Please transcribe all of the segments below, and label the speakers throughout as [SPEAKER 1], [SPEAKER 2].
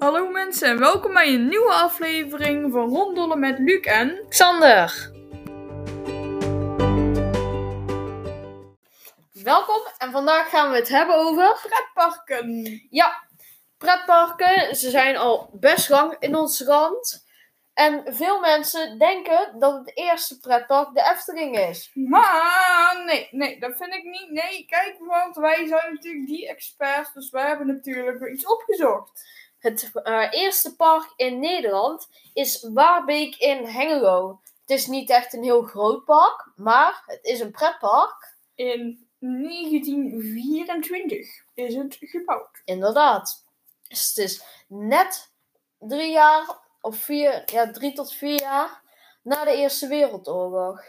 [SPEAKER 1] Hallo mensen en welkom bij een nieuwe aflevering van Rondollen met Luc en...
[SPEAKER 2] Xander. Welkom en vandaag gaan we het hebben over
[SPEAKER 1] Pretparken.
[SPEAKER 2] ja, pretparken. Ze zijn al best lang in ons land. En veel mensen denken dat het eerste pretpark de Efteling is.
[SPEAKER 1] Maar nee, nee, dat vind ik niet. Nee, kijk, want wij zijn natuurlijk die experts, dus wij hebben natuurlijk weer iets opgezocht.
[SPEAKER 2] Het eh, eerste park in Nederland is Waarbeek in Hengelo. Het is niet echt een heel groot park, maar het is een pretpark.
[SPEAKER 1] In 1924 is het gebouwd.
[SPEAKER 2] Inderdaad. Dus het is net drie jaar of vier, ja, drie tot vier jaar na de Eerste Wereldoorlog.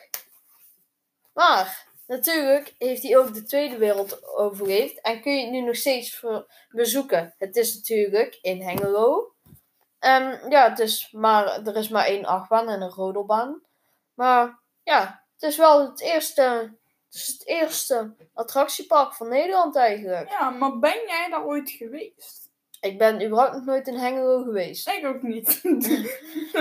[SPEAKER 2] Maar natuurlijk heeft hij ook de Tweede Wereld overleefd en kun je het nu nog steeds ver- bezoeken. Het is natuurlijk in Hengelo. Ehm, ja, het is maar, er is maar één achtbaan en een rodelbaan. Maar ja, het is wel het eerste, het, is het eerste attractiepark van Nederland eigenlijk.
[SPEAKER 1] Ja, maar ben jij daar ooit geweest?
[SPEAKER 2] Ik ben überhaupt nog nooit in Hengelo geweest.
[SPEAKER 1] Ik ook niet.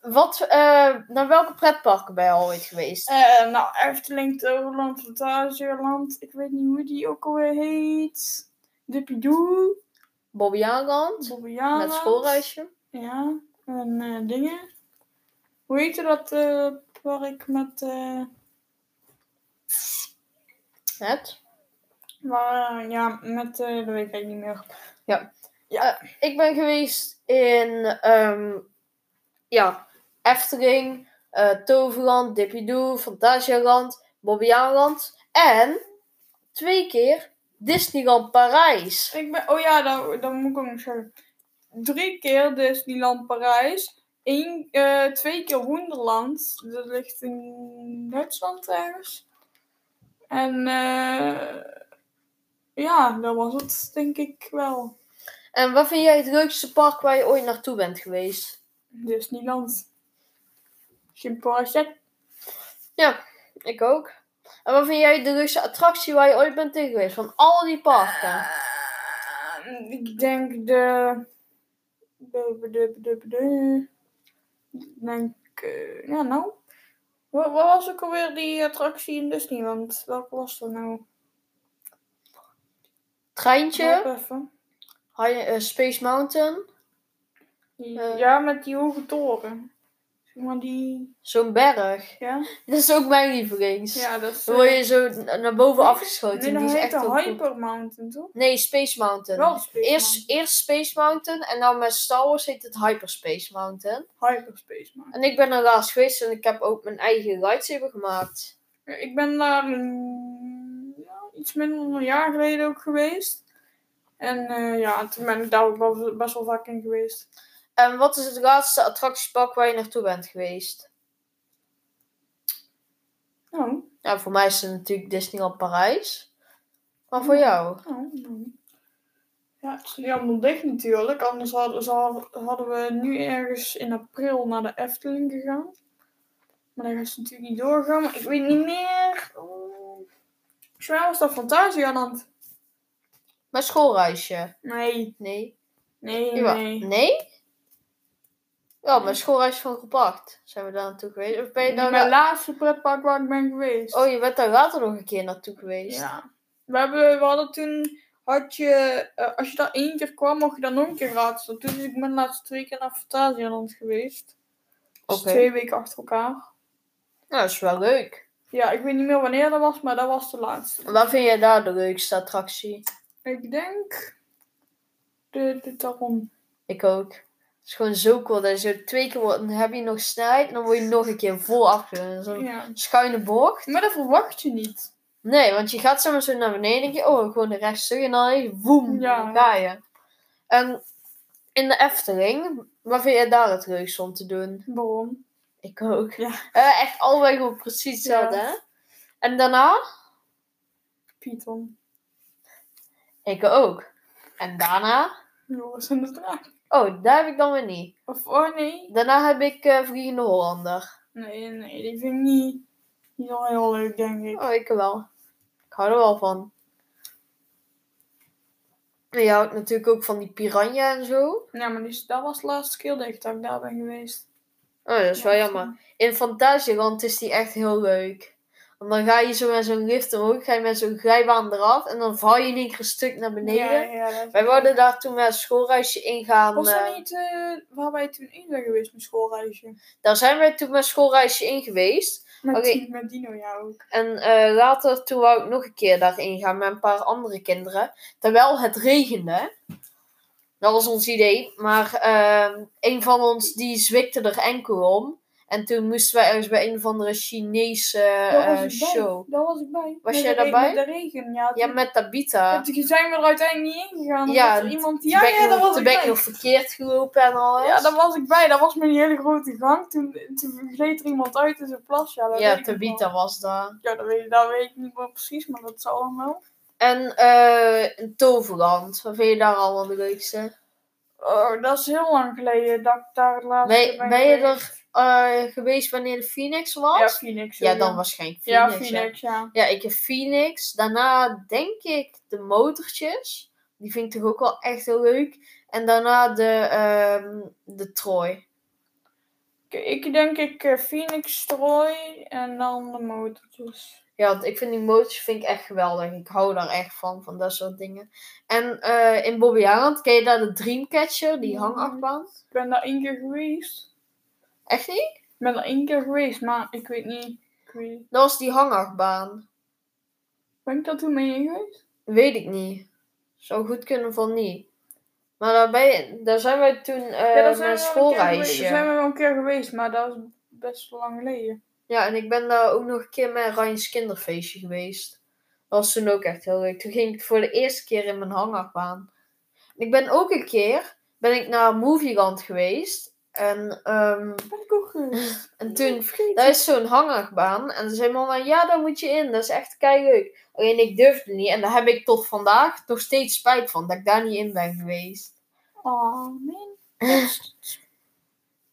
[SPEAKER 2] Wat, eh, naar welke pretparken ben je al ooit geweest?
[SPEAKER 1] Eh, nou, Efteling, Toverland, Fantasieland, ik weet niet hoe die ook alweer heet. Dippidoe,
[SPEAKER 2] Bobbejaanland,
[SPEAKER 1] Bobbejaanland.
[SPEAKER 2] met schoolreisje.
[SPEAKER 1] Ja, en eh, dingen. Hoe heette dat eh, park met. eh,
[SPEAKER 2] Het.
[SPEAKER 1] waar, eh, ja, met. eh dat weet ik eigenlijk niet meer.
[SPEAKER 2] Ik ben geweest in, ehm, ja, Efteling, eh, Toverland, Dippydoe, Fantasialand, Bobbejaanland en twee keer Disneyland Parijs.
[SPEAKER 1] Ik ben, oh ja, dat, dat moet ik ook nog zeggen. Drie keer Disneyland Parijs. Eén, eh, twee keer Wonderland. Dat ligt in Duitsland ergens. En eh, ja, dat was het denk ik wel.
[SPEAKER 2] En wat vind jij het leukste park waar je ooit naartoe bent geweest?
[SPEAKER 1] Disneyland. Chimpansee.
[SPEAKER 2] Ik ook. En wat vind jij de leukste attractie waar je ooit bent in geweest? Van al die parken.
[SPEAKER 1] Ehm, ik denk de. de, de, de, de, de- ik denk. eh, ja, nou. Wa- Wat, was ook alweer die attractie in Disneyland? Welke was dat nou?
[SPEAKER 2] Treintje,
[SPEAKER 1] Wacht even.
[SPEAKER 2] Hi- eh, Space Mountain, Eh.
[SPEAKER 1] Ja, met die hoge toren. Zeg maar die.
[SPEAKER 2] zo'n berg.
[SPEAKER 1] Ja,
[SPEAKER 2] Dat is ook mijn lievelings.
[SPEAKER 1] ja dat is.
[SPEAKER 2] Dan
[SPEAKER 1] eh,
[SPEAKER 2] word je zo na- naar boven afgeschoten.
[SPEAKER 1] nee, dat
[SPEAKER 2] die is
[SPEAKER 1] heet
[SPEAKER 2] echt
[SPEAKER 1] de
[SPEAKER 2] heel goed.
[SPEAKER 1] Hyper Mountain, toch?
[SPEAKER 2] Nee, Space Mountain.
[SPEAKER 1] Wel Space
[SPEAKER 2] eerst,
[SPEAKER 1] Mountain.
[SPEAKER 2] eerst Space Mountain en dan met Star Wars heet het Hyperspace Mountain.
[SPEAKER 1] Hyperspace Mountain.
[SPEAKER 2] En ik ben er laatst geweest en ik heb ook mijn eigen lightsaber gemaakt.
[SPEAKER 1] Ja, Ik ben daar mm, ja, iets minder dan een jaar geleden ook geweest. En eh, ja, toen ben ik daar ook wel- best wel vaak in geweest.
[SPEAKER 2] En wat is het laatste attractiepark waar je naartoe bent geweest?
[SPEAKER 1] Oh,
[SPEAKER 2] Nou, voor mij is het natuurlijk Disneyland Parijs. Maar voor jou?
[SPEAKER 1] oh, oh. Ja, het is nu allemaal dicht natuurlijk. Anders hadden, zal- hadden we nu ergens in april naar de Efteling gegaan. Maar daar is het natuurlijk niet doorgegaan. Maar ik weet niet meer. Oh. Volgens mij was dat Fantasieland.
[SPEAKER 2] Mijn schoolreisje?
[SPEAKER 1] Nee,
[SPEAKER 2] Nee.
[SPEAKER 1] nee,
[SPEAKER 2] Jawel.
[SPEAKER 1] nee.
[SPEAKER 2] nee? Ja, mijn schoolreisje van gepakt. Zijn we daar naartoe geweest? Of ben je daar...
[SPEAKER 1] Mijn
[SPEAKER 2] la-
[SPEAKER 1] laatste pretpark waar ik ben geweest.
[SPEAKER 2] Oh, je bent daar later nog een keer naartoe geweest.
[SPEAKER 1] ja. We, hebben, we hadden toen... Had je, eh, als je daar één keer kwam, mocht je dan nog een keer raadsen. Toen is ik mijn laatste twee keer naar Fantasieland geweest. Dus
[SPEAKER 2] Oké.
[SPEAKER 1] twee weken achter elkaar.
[SPEAKER 2] Nou, dat is wel leuk.
[SPEAKER 1] Ja, ik weet niet meer wanneer dat was, maar dat was de laatste.
[SPEAKER 2] En Wat vind jij daar de leukste attractie?
[SPEAKER 1] Ik denk. De, de taron.
[SPEAKER 2] Ik ook. Het is gewoon zo cool dat je zo twee keer wordt. Dan heb je nog snelheid en dan word je nog een keer vol afgereden. Zo'n
[SPEAKER 1] Ja.
[SPEAKER 2] schuine bocht.
[SPEAKER 1] Maar dat verwacht je niet.
[SPEAKER 2] Nee, want je gaat zomaar zo naar beneden en denk je, oh, gewoon de rechtstuk en dan even woem,
[SPEAKER 1] Ja.
[SPEAKER 2] dan ga je. En in de Efteling, wat vind jij daar het leukst om te doen?
[SPEAKER 1] Waarom?
[SPEAKER 2] Ik ook.
[SPEAKER 1] Ja.
[SPEAKER 2] Eh, echt allebei gewoon precies
[SPEAKER 1] Ja.
[SPEAKER 2] hetzelfde, hè? En daarna?
[SPEAKER 1] Python.
[SPEAKER 2] Ik ook. En daarna?
[SPEAKER 1] Joris en de draak.
[SPEAKER 2] Oh, daar heb ik dan weer niet.
[SPEAKER 1] Of oh nee.
[SPEAKER 2] Daarna heb ik eh Vliegende Hollander.
[SPEAKER 1] Nee, nee, die vind ik niet. Niet al heel leuk, denk ik.
[SPEAKER 2] Oh, ik wel. Ik hou er wel van. En je houdt natuurlijk ook van die piranha en zo.
[SPEAKER 1] Ja, maar die, dat was de laatste keer dat ik daar- daar ben geweest.
[SPEAKER 2] Oh, dat is wel jammer. In Fantasieland is die echt heel leuk. Want dan ga je zo met zo'n lift omhoog, ga je met zo'n glijbaan eraf en dan val je in één keer een stuk naar beneden.
[SPEAKER 1] Ja, ja, dat-
[SPEAKER 2] Wij wilden daar toen met een schoolreisje ingaan.
[SPEAKER 1] Was
[SPEAKER 2] eh,
[SPEAKER 1] dat niet eh, waar wij toen in zijn geweest met schoolreisje?
[SPEAKER 2] daar zijn wij toen met een schoolreisje in geweest.
[SPEAKER 1] Met,
[SPEAKER 2] Oké.
[SPEAKER 1] die- met Dino, ja ook.
[SPEAKER 2] En eh, later toen wou ik nog een keer daarin gaan met een paar andere kinderen. Terwijl het regende. Dat was ons idee. Maar ehm, een van ons die zwikte er enkel om. En toen moesten wij ergens bij een of andere Chinese
[SPEAKER 1] Daar was
[SPEAKER 2] eh,
[SPEAKER 1] ik bij.
[SPEAKER 2] show.
[SPEAKER 1] Daar was ik bij.
[SPEAKER 2] Was
[SPEAKER 1] Met
[SPEAKER 2] jij
[SPEAKER 1] de re-
[SPEAKER 2] daarbij?
[SPEAKER 1] Met de regen, ja.
[SPEAKER 2] Ja,
[SPEAKER 1] toen-
[SPEAKER 2] met Tabita.
[SPEAKER 1] Toen zijn we er uiteindelijk niet ingegaan.
[SPEAKER 2] Ja,
[SPEAKER 1] Ja, er iemand... ja,
[SPEAKER 2] toen ben ik
[SPEAKER 1] ja,
[SPEAKER 2] nog-
[SPEAKER 1] daar was
[SPEAKER 2] toen
[SPEAKER 1] ik
[SPEAKER 2] ben ik
[SPEAKER 1] bij.
[SPEAKER 2] nog verkeerd gelopen en alles.
[SPEAKER 1] Ja, daar was ik bij. Dat was mijn hele grote gang. Toen, toen gleed er iemand uit in zijn plas. Ja, dat
[SPEAKER 2] Ja,
[SPEAKER 1] weet ik nog wel.
[SPEAKER 2] Tabita was daar.
[SPEAKER 1] Ja, dat weet, dat weet ik niet meer precies, maar dat zal allemaal.
[SPEAKER 2] En eh in Toverland. Wat vind je daar allemaal de leukste?
[SPEAKER 1] Oh, dat is heel lang geleden dat ik daar het laatste
[SPEAKER 2] Ben,
[SPEAKER 1] keer
[SPEAKER 2] ben je
[SPEAKER 1] geweest.
[SPEAKER 2] er eh, geweest wanneer de Phoenix
[SPEAKER 1] Ja,
[SPEAKER 2] was?
[SPEAKER 1] Phoenix.
[SPEAKER 2] Ja,
[SPEAKER 1] sowieso.
[SPEAKER 2] dan waarschijnlijk
[SPEAKER 1] Ja,
[SPEAKER 2] Phoenix. hè.
[SPEAKER 1] Phoenix, ja.
[SPEAKER 2] Ja, ik heb Phoenix. Daarna denk ik de motortjes. Die vind ik toch ook wel echt heel leuk. En daarna de, ehm, de Troy.
[SPEAKER 1] Ik, ik denk ik eh, Phoenix, Troy en dan de motortjes.
[SPEAKER 2] Ja, want ik vind die motors vind ik echt geweldig. Ik hou daar echt van, van dat soort dingen. En eh, in Bobby Island ken je daar de Dreamcatcher, die
[SPEAKER 1] Ja.
[SPEAKER 2] hangachtbaan?
[SPEAKER 1] Ik ben daar één keer geweest.
[SPEAKER 2] Echt niet?
[SPEAKER 1] Ik ben daar één keer geweest, maar ik weet niet. Ik weet niet.
[SPEAKER 2] Dat was die hangachtbaan.
[SPEAKER 1] Ben ik daar toen mee in geweest?
[SPEAKER 2] Weet ik niet. Zou goed kunnen van niet. Maar daar, ben je- daar zijn wij toen eh
[SPEAKER 1] daar we wel een
[SPEAKER 2] met een
[SPEAKER 1] keer geweest-
[SPEAKER 2] schoolreisje.
[SPEAKER 1] Daar zijn we wel een keer geweest, maar dat is best wel lang geleden.
[SPEAKER 2] Ja, en ik ben daar ook nog een keer met Ryan's kinderfeestje geweest. Dat was toen ook echt heel leuk. Toen ging ik voor de eerste keer in mijn hangachtbaan. En ik ben ook een keer ben ik naar Movieland geweest. En, ehm,
[SPEAKER 1] Ben ik ook geweest.
[SPEAKER 2] en toen,
[SPEAKER 1] Vergeet
[SPEAKER 2] daar
[SPEAKER 1] het.
[SPEAKER 2] is zo'n hangachtbaan. En toen zei mama, ja, daar moet je in. Dat is echt kei leuk. Alleen ik durfde niet. En daar heb ik tot vandaag nog steeds spijt van dat ik daar niet in ben geweest.
[SPEAKER 1] Oh, man. Dat is-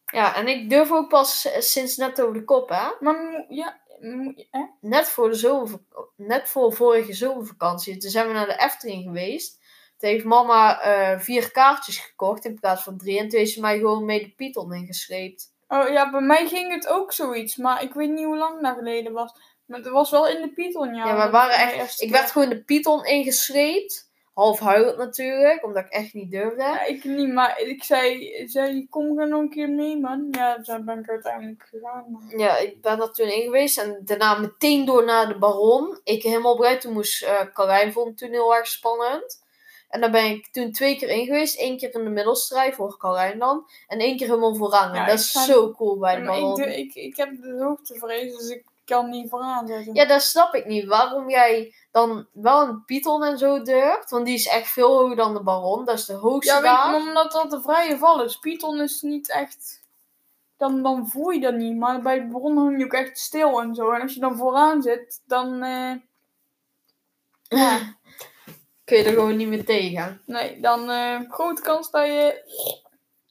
[SPEAKER 2] Ja, en ik durf ook pas eh, sinds net over de kop, hè?
[SPEAKER 1] maar mo- ja, mo- hè?
[SPEAKER 2] net voor, de zomer, net voor vorige zomervakantie. Toen zijn we naar de Efteling geweest. Toen heeft mama eh, vier kaartjes gekocht in plaats van drie. En toen heeft ze mij gewoon mee de Python ingeschreept.
[SPEAKER 1] Oh ja, bij mij ging het ook zoiets, maar ik weet niet hoe lang dat geleden was. Maar het was wel in de Python, ja.
[SPEAKER 2] Ja, we
[SPEAKER 1] Dat
[SPEAKER 2] waren
[SPEAKER 1] was mijn
[SPEAKER 2] echt-
[SPEAKER 1] eerste
[SPEAKER 2] Ik werd
[SPEAKER 1] keer.
[SPEAKER 2] gewoon de Python ingeschreept. Half huilend natuurlijk, omdat ik echt niet durfde.
[SPEAKER 1] Ja, ik niet, maar ik zei, zei kom gewoon een keer mee, man. Ja, daar ben ik uiteindelijk gegaan. man.
[SPEAKER 2] Ja, ik ben er toen in geweest. En daarna meteen door naar de Baron. Ik helemaal buiten moest. eh Carijn vond het toen heel erg spannend. En daar ben ik toen twee keer in geweest. Eén keer in de middelstrijd voor Carijn dan. En één keer helemaal vooraan.
[SPEAKER 1] Ja,
[SPEAKER 2] dat
[SPEAKER 1] ik
[SPEAKER 2] is
[SPEAKER 1] ga-
[SPEAKER 2] zo cool bij de
[SPEAKER 1] Maar ik,
[SPEAKER 2] Baron.
[SPEAKER 1] doe- ik, ik heb de hoogtevrees, dus ik kan niet vooraan zetten.
[SPEAKER 2] Ja, dat snap ik niet. Waarom jij dan wel een Python en zo durft. Want die is echt veel hoger dan de Baron. Dat is de hoogste
[SPEAKER 1] Ja, weet
[SPEAKER 2] daar.
[SPEAKER 1] je, maar omdat dat de vrije val is. Python is niet echt... Dan, dan voel je dat niet. Maar bij de bron hang je ook echt stil en zo. En als je dan vooraan zit, dan... eh, Ja.
[SPEAKER 2] Kun je er gewoon niet meer tegen.
[SPEAKER 1] nee, dan eh grote kans dat je...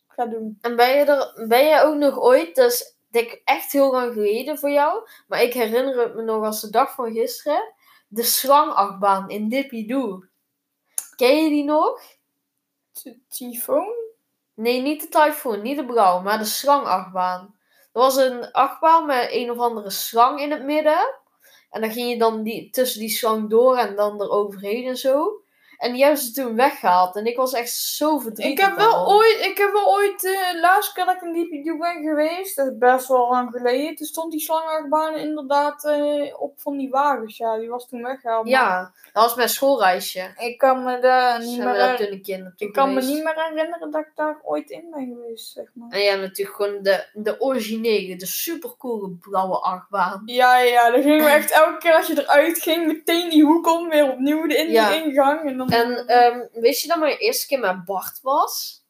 [SPEAKER 1] Gaat doen.
[SPEAKER 2] En ben je, er, ben je ook nog ooit, dat is denk ik echt heel lang geleden voor jou. Maar ik herinner het me nog als de dag van gisteren. De slangachtbaan in Dippy Doo. Ken je die nog?
[SPEAKER 1] T- Tyfoon?
[SPEAKER 2] Nee, niet de tyfoon, niet de brouw, maar de slangachtbaan. Er was een achtbaan met een of andere slang in het midden. En dan ging je dan die, tussen die slang door en dan eroverheen en zo. En die hebben ze toen weggehaald. En ik was echt zo verdrietig.
[SPEAKER 1] Ik heb wel
[SPEAKER 2] daarom.
[SPEAKER 1] ooit... Ik heb wel ooit... eh laatst keer dat ik in Diepidoe ben geweest. Dat is best wel lang geleden. Toen stond die slangachtbaan inderdaad eh, op van die wagens. Ja, die was toen weggehaald. maar
[SPEAKER 2] Ja, dat was mijn schoolreisje.
[SPEAKER 1] Ik kan me daar niet
[SPEAKER 2] Zijn
[SPEAKER 1] meer...
[SPEAKER 2] we daar
[SPEAKER 1] uit-
[SPEAKER 2] toen een keer naartoe
[SPEAKER 1] Ik kan me
[SPEAKER 2] geweest.
[SPEAKER 1] niet meer herinneren dat ik daar ooit in ben geweest, zeg maar.
[SPEAKER 2] En ja, natuurlijk gewoon de, de originele, de supercoole blauwe achtbaan.
[SPEAKER 1] Ja, ja, dan gingen we echt elke keer als je eruit ging, meteen die hoek om, weer opnieuw de in die
[SPEAKER 2] Ja.
[SPEAKER 1] ingang. En dan...
[SPEAKER 2] En ehm, wist je dat mijn eerste keer met Bart was?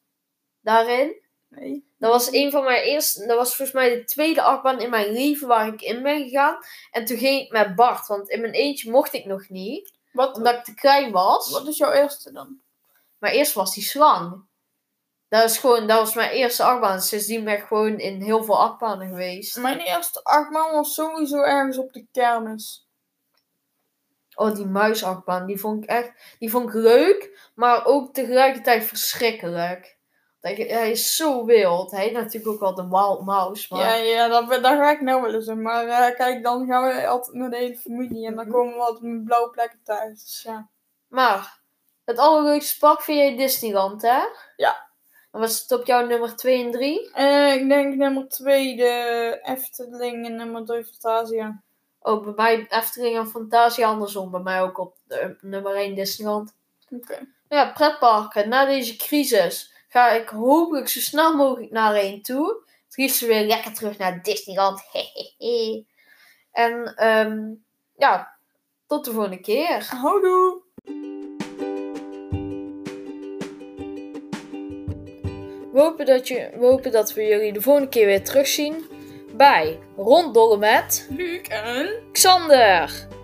[SPEAKER 2] Daarin?
[SPEAKER 1] nee.
[SPEAKER 2] Dat was een van mijn eerste. Dat was volgens mij de tweede achtbaan in mijn leven waar ik in ben gegaan. En toen ging ik met Bart, want in mijn eentje mocht ik nog niet,
[SPEAKER 1] Wat,
[SPEAKER 2] omdat ik te klein was.
[SPEAKER 1] wat is jouw eerste dan?
[SPEAKER 2] Maar eerst was die slang. Dat, is gewoon, dat was mijn eerste achtbaan. Sindsdien ben ik gewoon in heel veel achtbanen geweest.
[SPEAKER 1] Mijn eerste achtbaan was sowieso ergens op de kermis.
[SPEAKER 2] Oh, die muisachtbaan, die vond ik echt... Die vond ik leuk, maar ook tegelijkertijd verschrikkelijk. Hij, hij is zo wild. Hij heeft natuurlijk ook wel de wild mouse, maar...
[SPEAKER 1] Ja, ja dat, daar ga ik nou wel eens in. Maar eh, kijk, dan gaan we altijd met de hele familie en dan
[SPEAKER 2] Mhm.
[SPEAKER 1] komen we altijd met blauwe plekken thuis. Dus ja.
[SPEAKER 2] Maar, het allerleukste park vind jij Disneyland, hè?
[SPEAKER 1] Ja.
[SPEAKER 2] En wat is het op jouw nummer 2 en 3?
[SPEAKER 1] Eh, ik denk nummer 2 de Efteling en nummer 3 Fantasia.
[SPEAKER 2] Oh, bij mij Efteling en Fantasia andersom. Bij mij ook op de, nummer 1 Disneyland.
[SPEAKER 1] Oké.
[SPEAKER 2] Ja, pretparken. Na deze crisis ga ik hopelijk zo snel mogelijk naar één toe. Het liefst weer lekker terug naar Disneyland. Hehehe. En ehm, ja, tot de volgende keer.
[SPEAKER 1] Houdoe!
[SPEAKER 2] We hopen dat, je, we hopen dat we jullie de volgende keer weer terugzien bij Ronddollen met
[SPEAKER 1] Luc en
[SPEAKER 2] Xander.